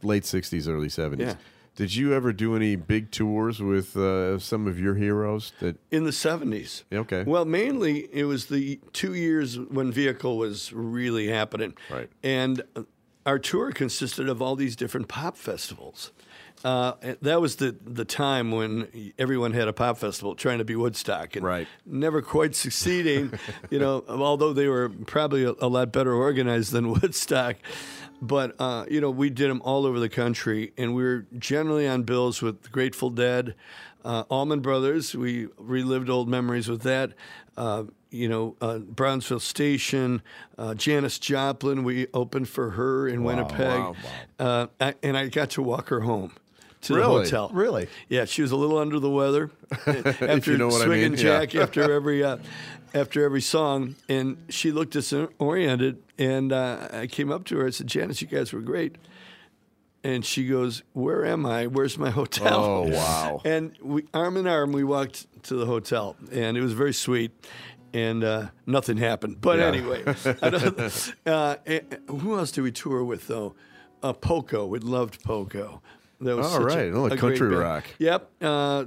A: late '60s, early '70s,
L: Yeah.
A: did you ever do any big tours with uh, some of your heroes? That
L: in the seventies.
A: Okay.
L: Well, mainly it was the two years when vehicle was really happening. Right. And uh, our tour consisted of all these different pop festivals. Uh, that was the the time when everyone had a pop festival trying to be Woodstock and right. never quite succeeding. you know, although they were probably a, a lot better organized than Woodstock. But uh, you know, we did them all over the country, and we were generally on bills with Grateful Dead, uh, Allman Brothers. We relived old memories with that. Uh, you know, uh, Brownsville Station, uh, Janice Joplin. We opened for her in
B: Wow,
L: Winnipeg,
B: wow,
L: Uh, I, and I got to walk her home to the
B: Really?
L: hotel.
B: Really?
L: Yeah, she was a little under the weather after
A: you know what I
L: swinging
A: mean, yeah.
L: Jack after every uh, after every song, and she looked disoriented. And uh, I came up to her. I said, "Janice, you guys were great." And she goes, "Where am I? Where's my hotel?"
A: Oh, wow.
L: And we arm in arm, we walked to the hotel, and it was very sweet. And uh, nothing happened. But
A: Yeah.
L: anyway, I don't- uh, eh, who else did we tour with though? Uh, Poco. We loved Poco. That was
A: All
L: such
A: right,
L: A,
A: well,
L: a great
A: country
L: band.
A: rock.
L: Yep. Uh,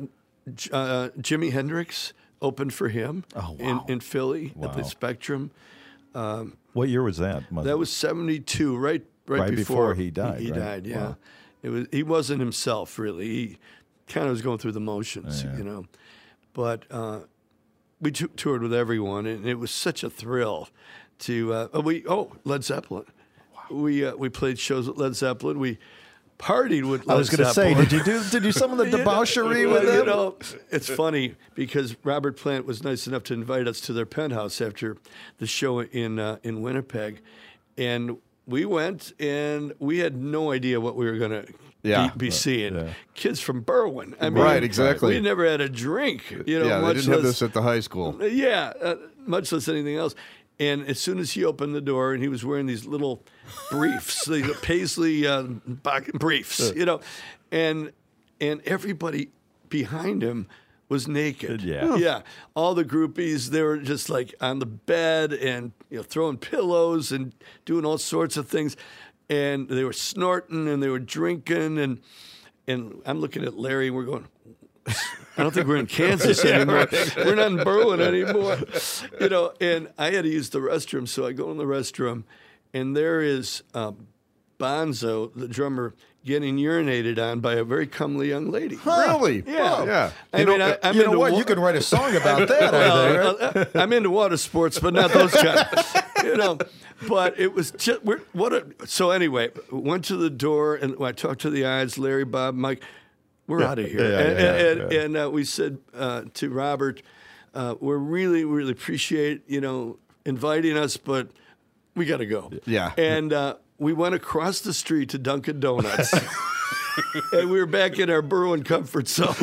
L: J- uh, Jimi Hendrix opened for him in, in Philly at
B: Oh, Wow.
L: the Spectrum. Um,
B: What year was that? Must-
L: that was seventy two, right? Right,
B: Right before he died,
L: He,
B: right?
L: died. Yeah.
B: Wow.
L: It was. He wasn't himself really. He kind of was going through the motions, you know. But uh, we tou- toured with everyone, and it was such a thrill to uh, oh, we oh Led Zeppelin. We uh, we played shows with Led Zeppelin. We partied with.
B: I
L: Led
B: was going to say,
L: Zeppelin.
B: did you do did you some of the
L: You know,
B: debauchery
L: well,
B: with them?
L: You know, it's funny because Robert Plant was nice enough to invite us to their penthouse after the show in uh, in Winnipeg, and we went and we had no idea what we were going to.
A: Yeah.
L: be, be seeing kids from Berwyn. I mean,
A: Right, exactly.
L: We never had a drink. You know,
A: yeah, they
L: much
A: didn't have
L: less-
A: this at the high school.
L: yeah, uh, much less anything else. And as soon as he opened the door, and he was wearing these little briefs, these paisley uh, back- briefs, you know, and and everybody behind him was naked.
B: Yeah.
L: yeah. All the groupies, they were just like on the bed and you know throwing pillows and doing all sorts of things, and they were snorting and they were drinking and and I'm looking at Larry. and We're going. I don't think we're in Kansas
F: Yeah,
L: anymore.
F: right.
L: We're not in Berwyn anymore. You know, and I had to use the restroom, so I go in the restroom, and there is um, Bonzo, the drummer, getting urinated on by a very comely young lady.
A: Really?
L: Yeah.
A: Yeah.
L: I
B: You
L: mean,
B: know- uh,
L: I, I'm
B: you know
L: into
B: what?
L: wa-
B: You could write a song about that,
L: Well,
B: I think.
L: I- I'm into water sports, but not those kind. you know, but it was just we're, what a. So anyway, went to the door and I talked to the eyes, Larry, Bob, Mike. We're
B: Yeah,
L: out of here.
B: yeah,
L: and
B: yeah,
L: and,
B: yeah.
L: and uh, we said uh, to Robert, uh, we really, really appreciate you know inviting us, but we got to go.
A: Yeah.
L: And uh, we went across the street to Dunkin' Donuts. and we were back in our Berwyn comfort zone.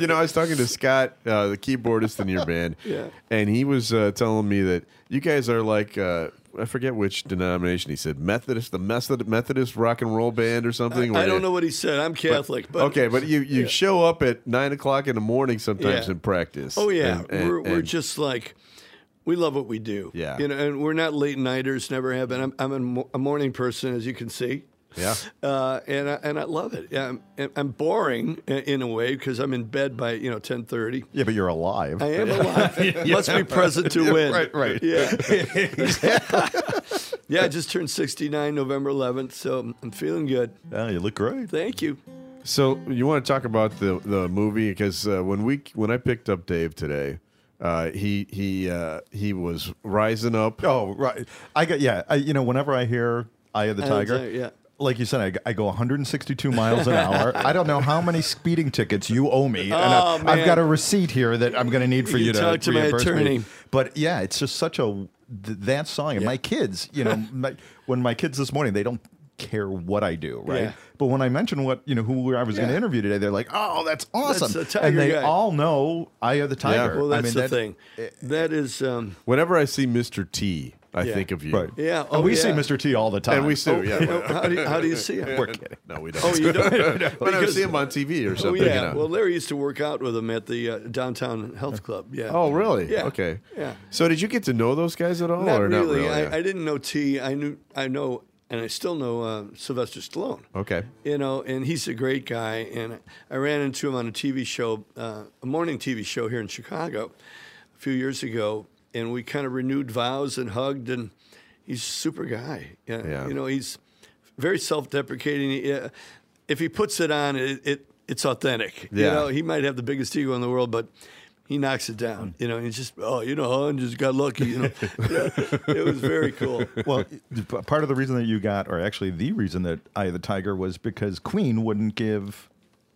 A: you know, I was talking to Scott, uh, the keyboardist in your band,
L: Yeah.
A: and he was uh, telling me that you guys are like uh, I forget which denomination. He said Methodist, the Method, Methodist rock and roll band or something.
L: I
A: where
L: don't
A: you-
L: know what he said. I'm Catholic, but
A: okay, but you you
L: Yeah.
A: show up at nine o'clock in the morning sometimes
L: Yeah.
A: in practice.
L: Oh yeah,
A: And- and-
L: we're, we're
A: and-
L: just like we love what we do.
A: Yeah.
L: you know, and we're not late nighters. Never have been. I'm, I'm a, mo- a morning person, as you can see.
A: Yeah.
L: uh, and I, and I love it. Yeah, I'm, and I'm boring i- in a way because I'm in bed by you know ten thirty.
B: Yeah, but you're alive.
L: I am alive. Must be present to win.
B: Right, right.
L: Yeah. yeah, I just turned 69 November 11th, so I'm feeling good.
B: Yeah, you look great.
L: Thank you.
A: So you want to talk about the the movie because uh, when we when I picked up Dave today, uh, he he uh, he was rising up.
B: Oh right, I got yeah. I, you know, whenever I hear "Eye of the
L: Eye of the
B: Tiger,"
L: Tiger, yeah.
B: like you said, I, g- I go 162 miles an hour. I don't know how many speeding tickets you owe me. and I,
L: Oh,
B: I've got
L: man.
B: a receipt here that I'm going to need for
L: You
B: you, to
L: talk to my
B: reimburse me.
L: attorney.
B: But yeah, it's just such a th- that song. And my kids, you know, my, when my kids this morning, they don't care what I do, right?
L: Yeah.
B: But when I mention what you know who I was going to
L: Yeah.
B: interview today, they're like, "Oh, that's
L: That's
B: awesome!"
L: the
B: and
L: Tiger
B: they
L: guy.
B: all know "Eye of the Tiger."
L: Well, that's
B: I mean,
L: the
B: that-
L: thing. That is. Um,
A: Whenever I see Mr. T, I
L: Yeah.
A: think of you.
B: Right.
L: Yeah,
B: And
L: oh,
B: we see
L: yeah.
B: Mr. T all the time.
A: And we do, yeah.
L: Oh, how, do you, how do you see him?
A: We're kidding. No, we don't.
L: Oh, you don't?
A: but I
L: Because-
A: see him on TV or
L: Oh
A: something.
L: yeah.
A: you know.
L: Well, Larry used to work out with him at the uh, downtown health club. Yeah.
A: oh, really?
L: Yeah.
A: Okay.
L: Yeah.
A: So did you get to know those guys at all,
L: Not
A: or
L: really.
A: not really?
L: I,
A: Yeah.
L: I didn't know T. I knew. I know, and I still know uh, Sylvester Stallone.
A: okay.
L: You know, and he's a great guy. And I ran into him on a TV show, uh, a morning TV show here in Chicago, a few years ago, and we kind of renewed vows and hugged. And he's a super guy. Yeah.
A: Yeah.
L: You know, he's very self-deprecating. Yeah. if he puts it on, it, it it's authentic. You
M: Yeah.
L: know, he might have the biggest ego in the world, but he knocks it down. You know, and he's just oh, you know, I just got lucky. You know, Yeah, it was very cool.
B: Well, p- part of the reason that you got, or actually the reason that Eye of the Tiger was because Queen wouldn't give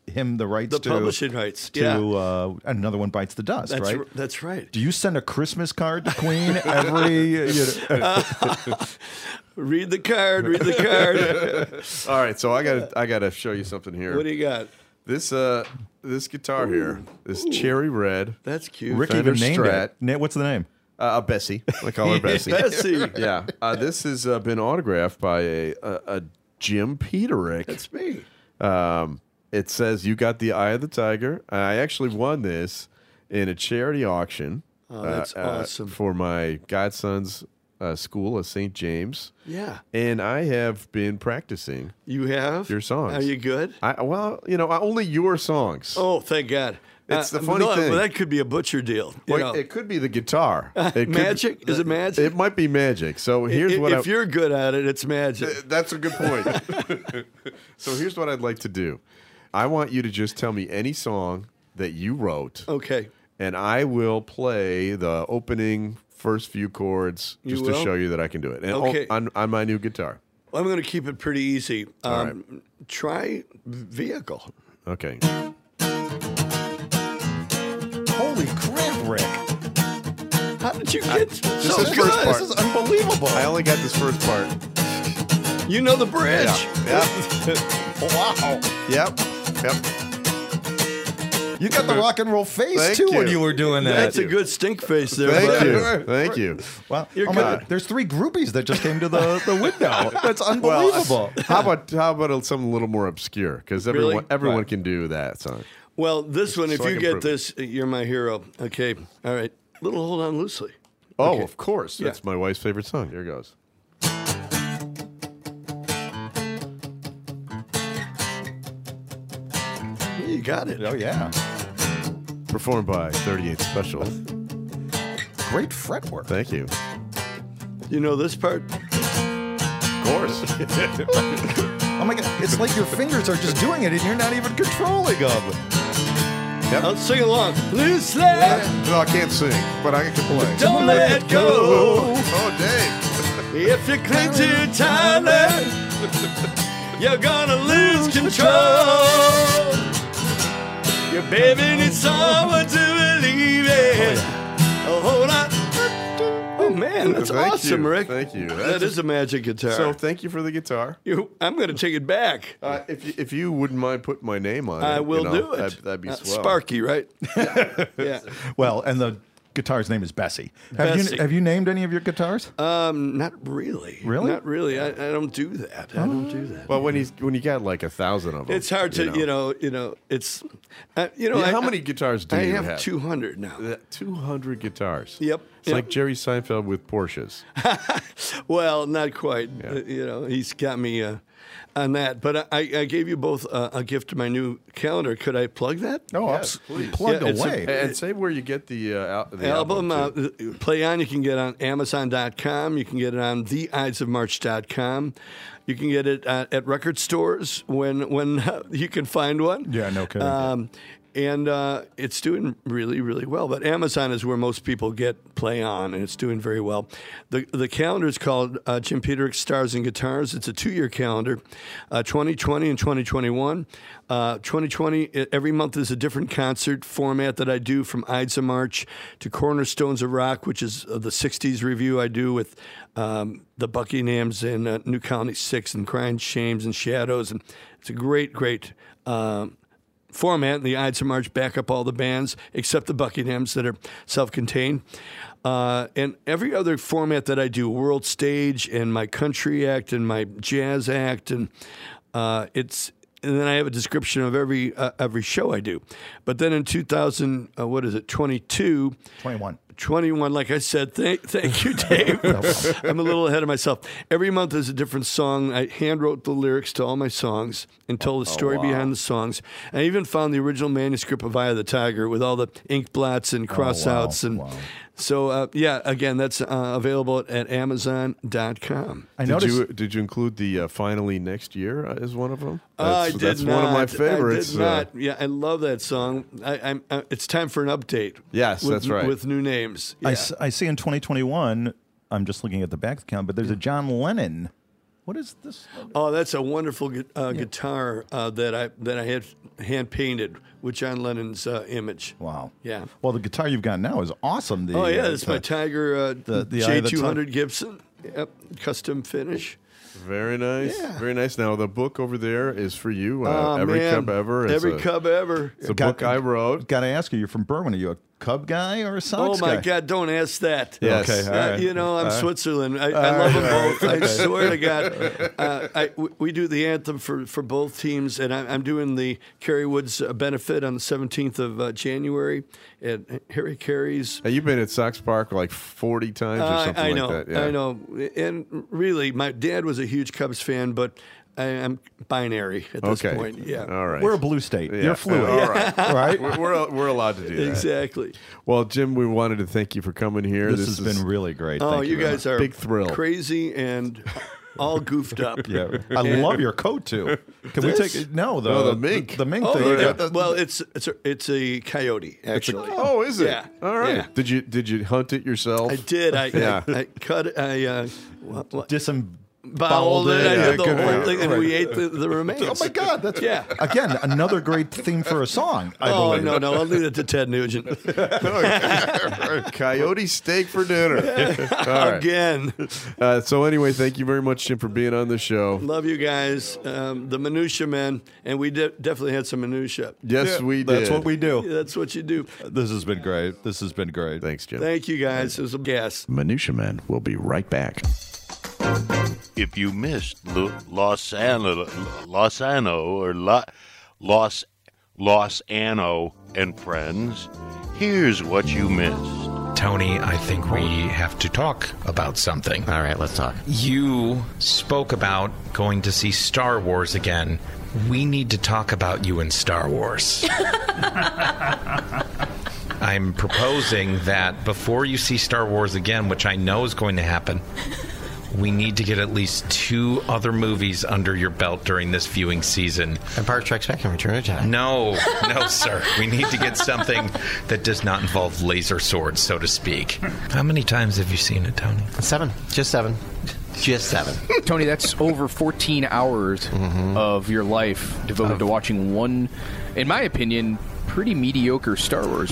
B: him the rights
L: The
B: to
L: publishing rights,
B: to
L: yeah.
B: uh, another one bites the dust,
L: that's
B: right?
L: r- that's right.
B: Do you send a Christmas card to Queen every? You know,
L: read the card. Read the card.
A: All right, so I got to I got to show you something here.
L: What do you got?
A: This uh this guitar here, this
L: Ooh.
A: cherry red.
L: That's cute.
B: Rick even named it. Na- What's the name?
A: Uh, Bessie. I call her Bessie.
L: Bessie.
A: yeah. Uh, this has uh, been autographed by a a, a Jim Peterick.
L: That's me.
A: Um, it says you got the eye of the tiger. I actually won this in a charity auction. uh,
L: Oh, that's awesome.
A: for my godson's uh, school of St. James.
L: Yeah.
A: And I have been practicing
L: You have
A: your songs.
L: Are you good?
A: I well, you know, I- only your songs.
L: Oh, thank God.
A: It's the
L: Uh,
A: funny
L: no,
A: thing.
L: Well, that could be a butcher deal. You
A: Well,
L: know.
A: it could be the guitar. It could be-
L: Magic? Is it magic?
A: It might be magic. So here's
L: if,
A: what
L: if
A: I, Uh,
L: you're good at it, it's magic.
A: That's a good point. so here's what I'd like to do. I want you to just tell me any song that you wrote.
L: Okay.
A: And I will play the opening first few chords
L: You
A: just to
L: will?
A: show you that I can do it. And o-
L: Okay.
A: on, on my new guitar.
L: I'm going to keep it pretty easy.
A: All
L: Um, Try vehicle.
A: Okay.
B: Holy crap, Rick!
L: How did you get
A: Just
L: so
A: Uh, this
L: good?
A: first part.
L: This is unbelievable.
A: I only got this first part.
L: You know the bridge.
B: wow.
A: Yep. Yep.
B: You got the rock and roll face
A: Thank
B: too when
A: you.
B: you were doing that.
L: That's a good stink face there.
A: Thank
L: bud.
A: you. Thank you.
B: Well,
L: You're
B: oh my
L: good.
B: God, there's three groupies that just came to the, the window. That's
A: Well,
B: unbelievable.
A: how about how about something a little more obscure? Because everyone
L: Really?
A: everyone
L: Right.
A: can do that song.
L: Well, this one, if
A: so I
L: you
A: can
L: get
A: prove it.
L: this, you're my hero. Okay. All right. Little hold on loosely.
A: Oh,
L: Okay.
A: of course. That's my wife's favorite song. Here goes.
L: You got it.
B: Oh yeah.
A: Performed by 38 Special.
B: Great fretwork.
A: Thank you.
L: You know this part?
A: Of course.
B: Oh my god, it's like your fingers are just doing it and you're not even controlling them.
L: I'll sing along. Loose let,
A: No, I can't sing, but I can play.
L: don't let go.
A: Oh, Dave.
L: If you cling too tightly, you're gonna lose control. Your baby needs someone to believe in. Oh, hold on. Oh man, that's
A: Thank
L: awesome,
A: you.
L: Rick.
A: Thank you. That's
L: That is a magic guitar.
A: So thank you for the guitar.
L: you, I'm gonna take it back.
A: Uh, if you, if you wouldn't mind putting my name on it,
L: I
A: Oh, you
L: will
A: know,
L: do it.
A: That'd, that'd be
L: Uh,
A: swell.
L: Sparky, right? yeah.
B: Well, and the guitar's name is Bessie. Uh, Have
L: Bessie.
B: you have you named any of your guitars?
L: Um, not really.
B: Really?
L: Not really. I, I don't do that. I don't do that.
A: Well, when he's when you got like a thousand of them,
L: It's hard to, you know, you know, it's, uh, you know,
A: Yeah,
L: I-
A: how many guitars do
L: I
A: you
L: have?
A: have? Uh,
L: 200 now.
A: two hundred guitars.
L: Yep.
A: It's like Jerry Seinfeld with Porsches.
L: Well, not quite. Uh, you know, he's got me uh, on that. But I, I gave you both uh, a gift to my new calendar. Could I plug that?
B: No,
A: Yes,
B: absolutely.
A: please.
B: Plugged
L: Yeah, it's a-
B: away.
A: and say where you get the, uh, al- the
L: album,
A: album. too.
L: uh, Play On, you can get on Amazon.com. You can get it on TheEyesOfMarch.com. You can get it uh, at record stores when when uh, you can find one.
B: Yeah, no kidding.
L: Um, and uh, it's doing really, really well. But Amazon is where most people get play on, and it's doing very well. The the calendar is called uh, Jim Peterick Stars and Guitars. It's a two year calendar, uh, 2020 and 2021. Uh, 2020 e- every month is a different concert format that I do from Ides of March to Cornerstones of Rock, which is uh, the 60s review I do with um, the Buckinghams and uh, New Colony Six and Crying Shames and Shadows, and it's a great, great. Um, format. The Ides of March back up all the bands except the Buckinghams that are self-contained. Uh, and every other format that I do, World Stage and my Country Act and my Jazz Act, and uh, it's and then I have a description of every uh, every show I do. But then in 2000, uh, what is it, 22?
B: 21.
L: 21, like I said, thank, thank you, Dave. I'm a little ahead of myself. Every month is a different song. I hand wrote the lyrics to all my songs and told the
A: Oh,
L: story behind the songs.
A: Oh,
L: I even found the original manuscript of Eye of the Tiger with all the ink blots and crossouts and So uh, yeah, again, that's uh, available at Amazon.com.
A: did you did you include the uh, finally next year uh, as one of them?
L: I
A: That's,
L: did
A: that's one of
L: not.
A: my favorites.
L: I did
A: uh,
L: not. yeah, I love that song. I, I'm, I, it's time for an update.
A: Yes,
L: with-
A: that's right.
L: With new names.
B: I,
L: Yeah.
B: s- I see in 2021, I'm just looking at the back account, but there's a John Lennon. What is this?
L: Oh, that's a wonderful gu- uh, guitar uh, that I that I had hand painted with John Lennon's uh, image.
B: Wow.
L: Yeah.
B: Well, the guitar you've got now is awesome. The,
L: oh yeah,
B: uh,
L: that's my
B: the-
L: Tiger uh,
B: the- the eye of the
L: J200 Gibson. Yep, custom finish.
A: Very nice.
L: Yeah.
A: Very nice. Now the book over there is for you. Uh,
L: Oh,
A: every
L: man.
A: cub ever. It's
L: Every
A: a-
L: cub ever.
B: Oh,
A: It's a book I wrote.
B: Got to ask you, you're from Berwyn. Are you a Cub guy or a
L: Oh
B: Sox guy?
L: my God! Don't ask that.
B: Yes. Okay, all
L: Uh,
B: right.
L: You know
B: All
L: I'm
B: right.
L: Switzerland. I,
B: All
L: I love
B: right, all
L: them
B: right,
L: both. I
B: okay.
L: swear to God, uh, I, we, we do the anthem for, for both teams, and I'm, I'm doing the Kerry Woods uh, benefit on the 17th of uh, January at Harry Carey's
A: Hey, you've been at Sox Park like forty times or
L: I-
A: something
L: I, know,
A: like that. Yeah.
L: I know. And really, my dad was a huge Cubs fan, but I am binary at this
A: Okay.
L: point. Yeah.
A: All right.
B: We're a blue state.
A: Yeah.
B: You're fluid.
A: All right.
B: All right.
A: We're, we're, we're allowed to do that.
L: Exactly.
A: Well, Jim, we wanted to thank you for coming here.
B: This has been really great.
L: Oh,
B: Thank
L: you
B: very
L: guys
B: much.
L: are
A: Big thrill.
L: crazy and all goofed up.
B: Yeah, I
L: And-
B: love your coat too. Can we
L: This?
B: take it? No, the
A: No, the mink.
B: The, the mink
L: Oh,
B: thing.
L: yeah.
B: Yeah, the-
L: well, it's it's a, it's a coyote actually.
A: Oh, is it?
L: Yeah.
A: All right.
L: Yeah.
A: Did you did you hunt it yourself?
L: I did. I,
A: yeah.
L: I, I cut. it, I uh, wha- wha-
B: disemboweled
L: bowled it. I
B: Yeah,
L: did the
B: good.
L: whole thing, and
B: Right.
L: we ate the, the remains.
B: Oh my God, that's
L: Yeah.
B: Again, another great theme for a song. I
L: oh
B: believe.
L: no, no, I'll leave it to Ted Nugent
A: Coyote steak for dinner. All right.
L: again.
A: Uh, so anyway, thank you very much, Jim, for being on the show.
L: Love you guys, um, the minutia men, and we de- definitely had some minutia.
A: Yes, we did.
B: That's what we do.
L: That's what you do.
B: This has been great. This has been great.
A: Thanks, Jim.
L: Thank you guys. It was a gas.
A: Minutia Man will be right back.
M: If you missed Lo- Los Ano, Los Ano or Lo- Los Los Ano and friends, here's what you missed.
N: Tony, I think we have to talk about something. All right, let's talk. You spoke about going to see Star Wars again. We need to talk about you in Star Wars. I'm proposing that before you see Star Wars again, which I know is going to happen, we need to get at least two other movies under your belt during this viewing season. Empire Strikes Back and Return of Jedi. No, no, sir. We need to get something that does not involve laser swords, so to speak. How many times have you seen it, Tony? Seven. Just seven. Just seven. Mm-hmm.
O: Tony, that's over 14 hours of your life devoted to watching one, in my opinion, pretty mediocre Star Wars.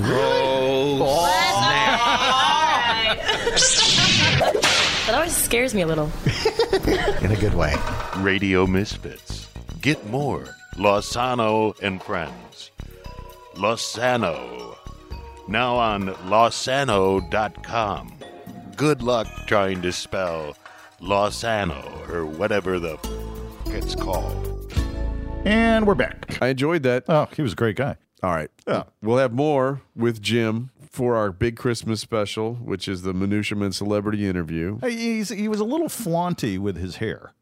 P: That always scares me a little.
M: In a good way. Radio Misfits. Get more Losano and friends. Losano. Now on losano.com. Good luck trying to spell Losano or whatever the f- it's called.
B: And we're back.
A: I enjoyed that.
B: Oh, he was a great guy.
A: All right. We'll have more with Jim for our big Christmas special, which is the Minutia Man celebrity interview.
B: Hey, he's, he was a little flaunty with his hair,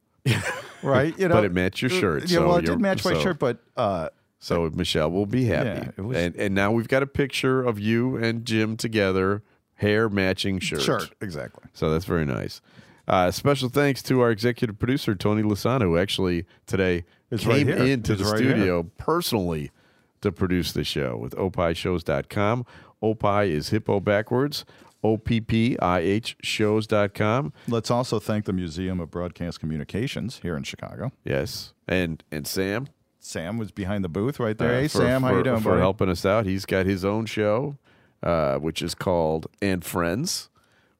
B: right?
A: But it matched your shirt,
B: Yeah,
A: so
B: well, it
A: you're-
B: did match my
A: so-
B: shirt, but uh,
A: So Michelle will be happy.
B: Yeah, it was-
A: and and now we've got a picture of you and Jim together, hair matching shirt.
B: Shirt, exactly.
A: So that's very nice. Uh, special thanks to our executive producer Tony Lasano, who actually today
B: It's right
A: came
B: here.
A: into
B: It's
A: the
B: right
A: studio personally to produce the show with opishows.com. Opie is hippo backwards. O P P I H shows.com.
B: let's also thank the Museum of Broadcast Communications here in Chicago.
A: Yes. And and Sam.
B: Sam was behind the booth right there.
A: uh,
B: hey,
A: for-
B: Sam, how
A: for-
B: you doing,
A: For
B: buddy?
A: helping us out. He's got his own show, uh, which is called And Friends,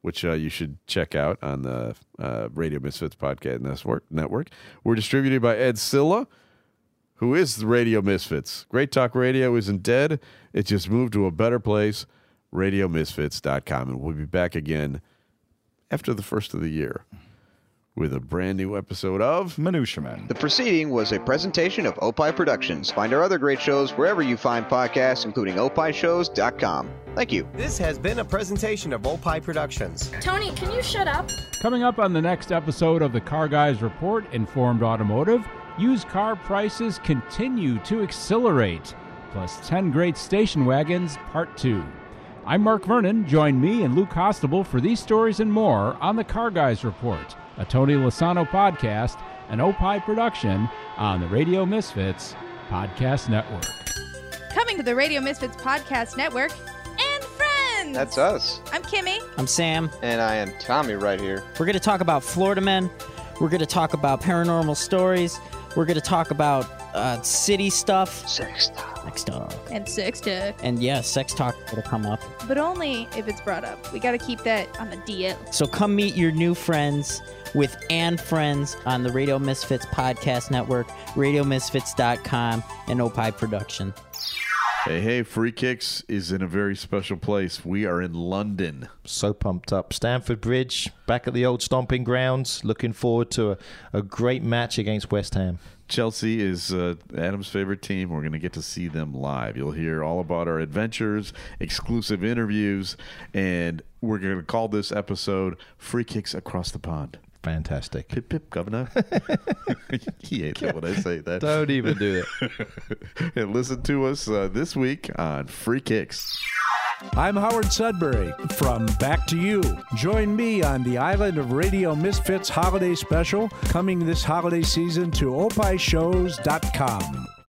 A: which uh, you should check out on the uh, Radio Misfits Podcast Network. Network. We're distributed by Ed Silla, who is the Radio Misfits. Great Talk Radio isn't dead. It just moved to a better place, radiomisfits.com. And we'll be back again after the first of the year with a brand new episode of
B: Minutia Man.
Q: The proceeding was a presentation of Opie Productions. Find our other great shows wherever you find podcasts, including opishows.com. Thank you.
R: This has been a presentation of Opie Productions.
P: Tony, can you shut up?
J: Coming up on the next episode of the Car Guys Report Informed Automotive, used car prices continue to accelerate, plus 10 great station wagons, part 2. I'm Mark Vernon. Join me and Lou Costable for these stories and more on the Car Guys Report, a Tony Lasano podcast, an Opie production on the Radio Misfits Podcast Network.
B: Coming to the Radio Misfits Podcast Network and friends.
O: That's us.
B: I'm Kimmy.
F: I'm Sam.
O: And I am Tommy right here.
F: We're going to talk about Florida men. We're going to talk about paranormal stories. We're going to talk about uh, city stuff.
O: Sex talk.
F: Sex talk.
B: And Six Dick.
F: And yes, sex talk will come up.
B: But only if it's brought up. We got to keep that on the DL.
F: So come meet your new friends with and friends on the Radio Misfits Podcast Network, radiomisfits.com, and Opie Production.
A: Hey, hey, Free Kicks is in a very special place. We are in London.
S: So pumped up. Stamford Bridge, back at the old stomping grounds. Looking forward to a, a great match against West Ham.
A: Chelsea is uh, Adam's favorite team. We're going to get to see them live. You'll hear all about our adventures, exclusive interviews, and we're going to call this episode Free Kicks Across the Pond.
S: Fantastic.
A: Pip, pip, governor. he hates it when I say that.
S: Don't even do
A: that. and listen to us uh, this week on Free Kicks.
T: I'm Howard Sudbury from Back to You. Join me on the Island of Radio Misfits holiday special coming this holiday season to opishows.com.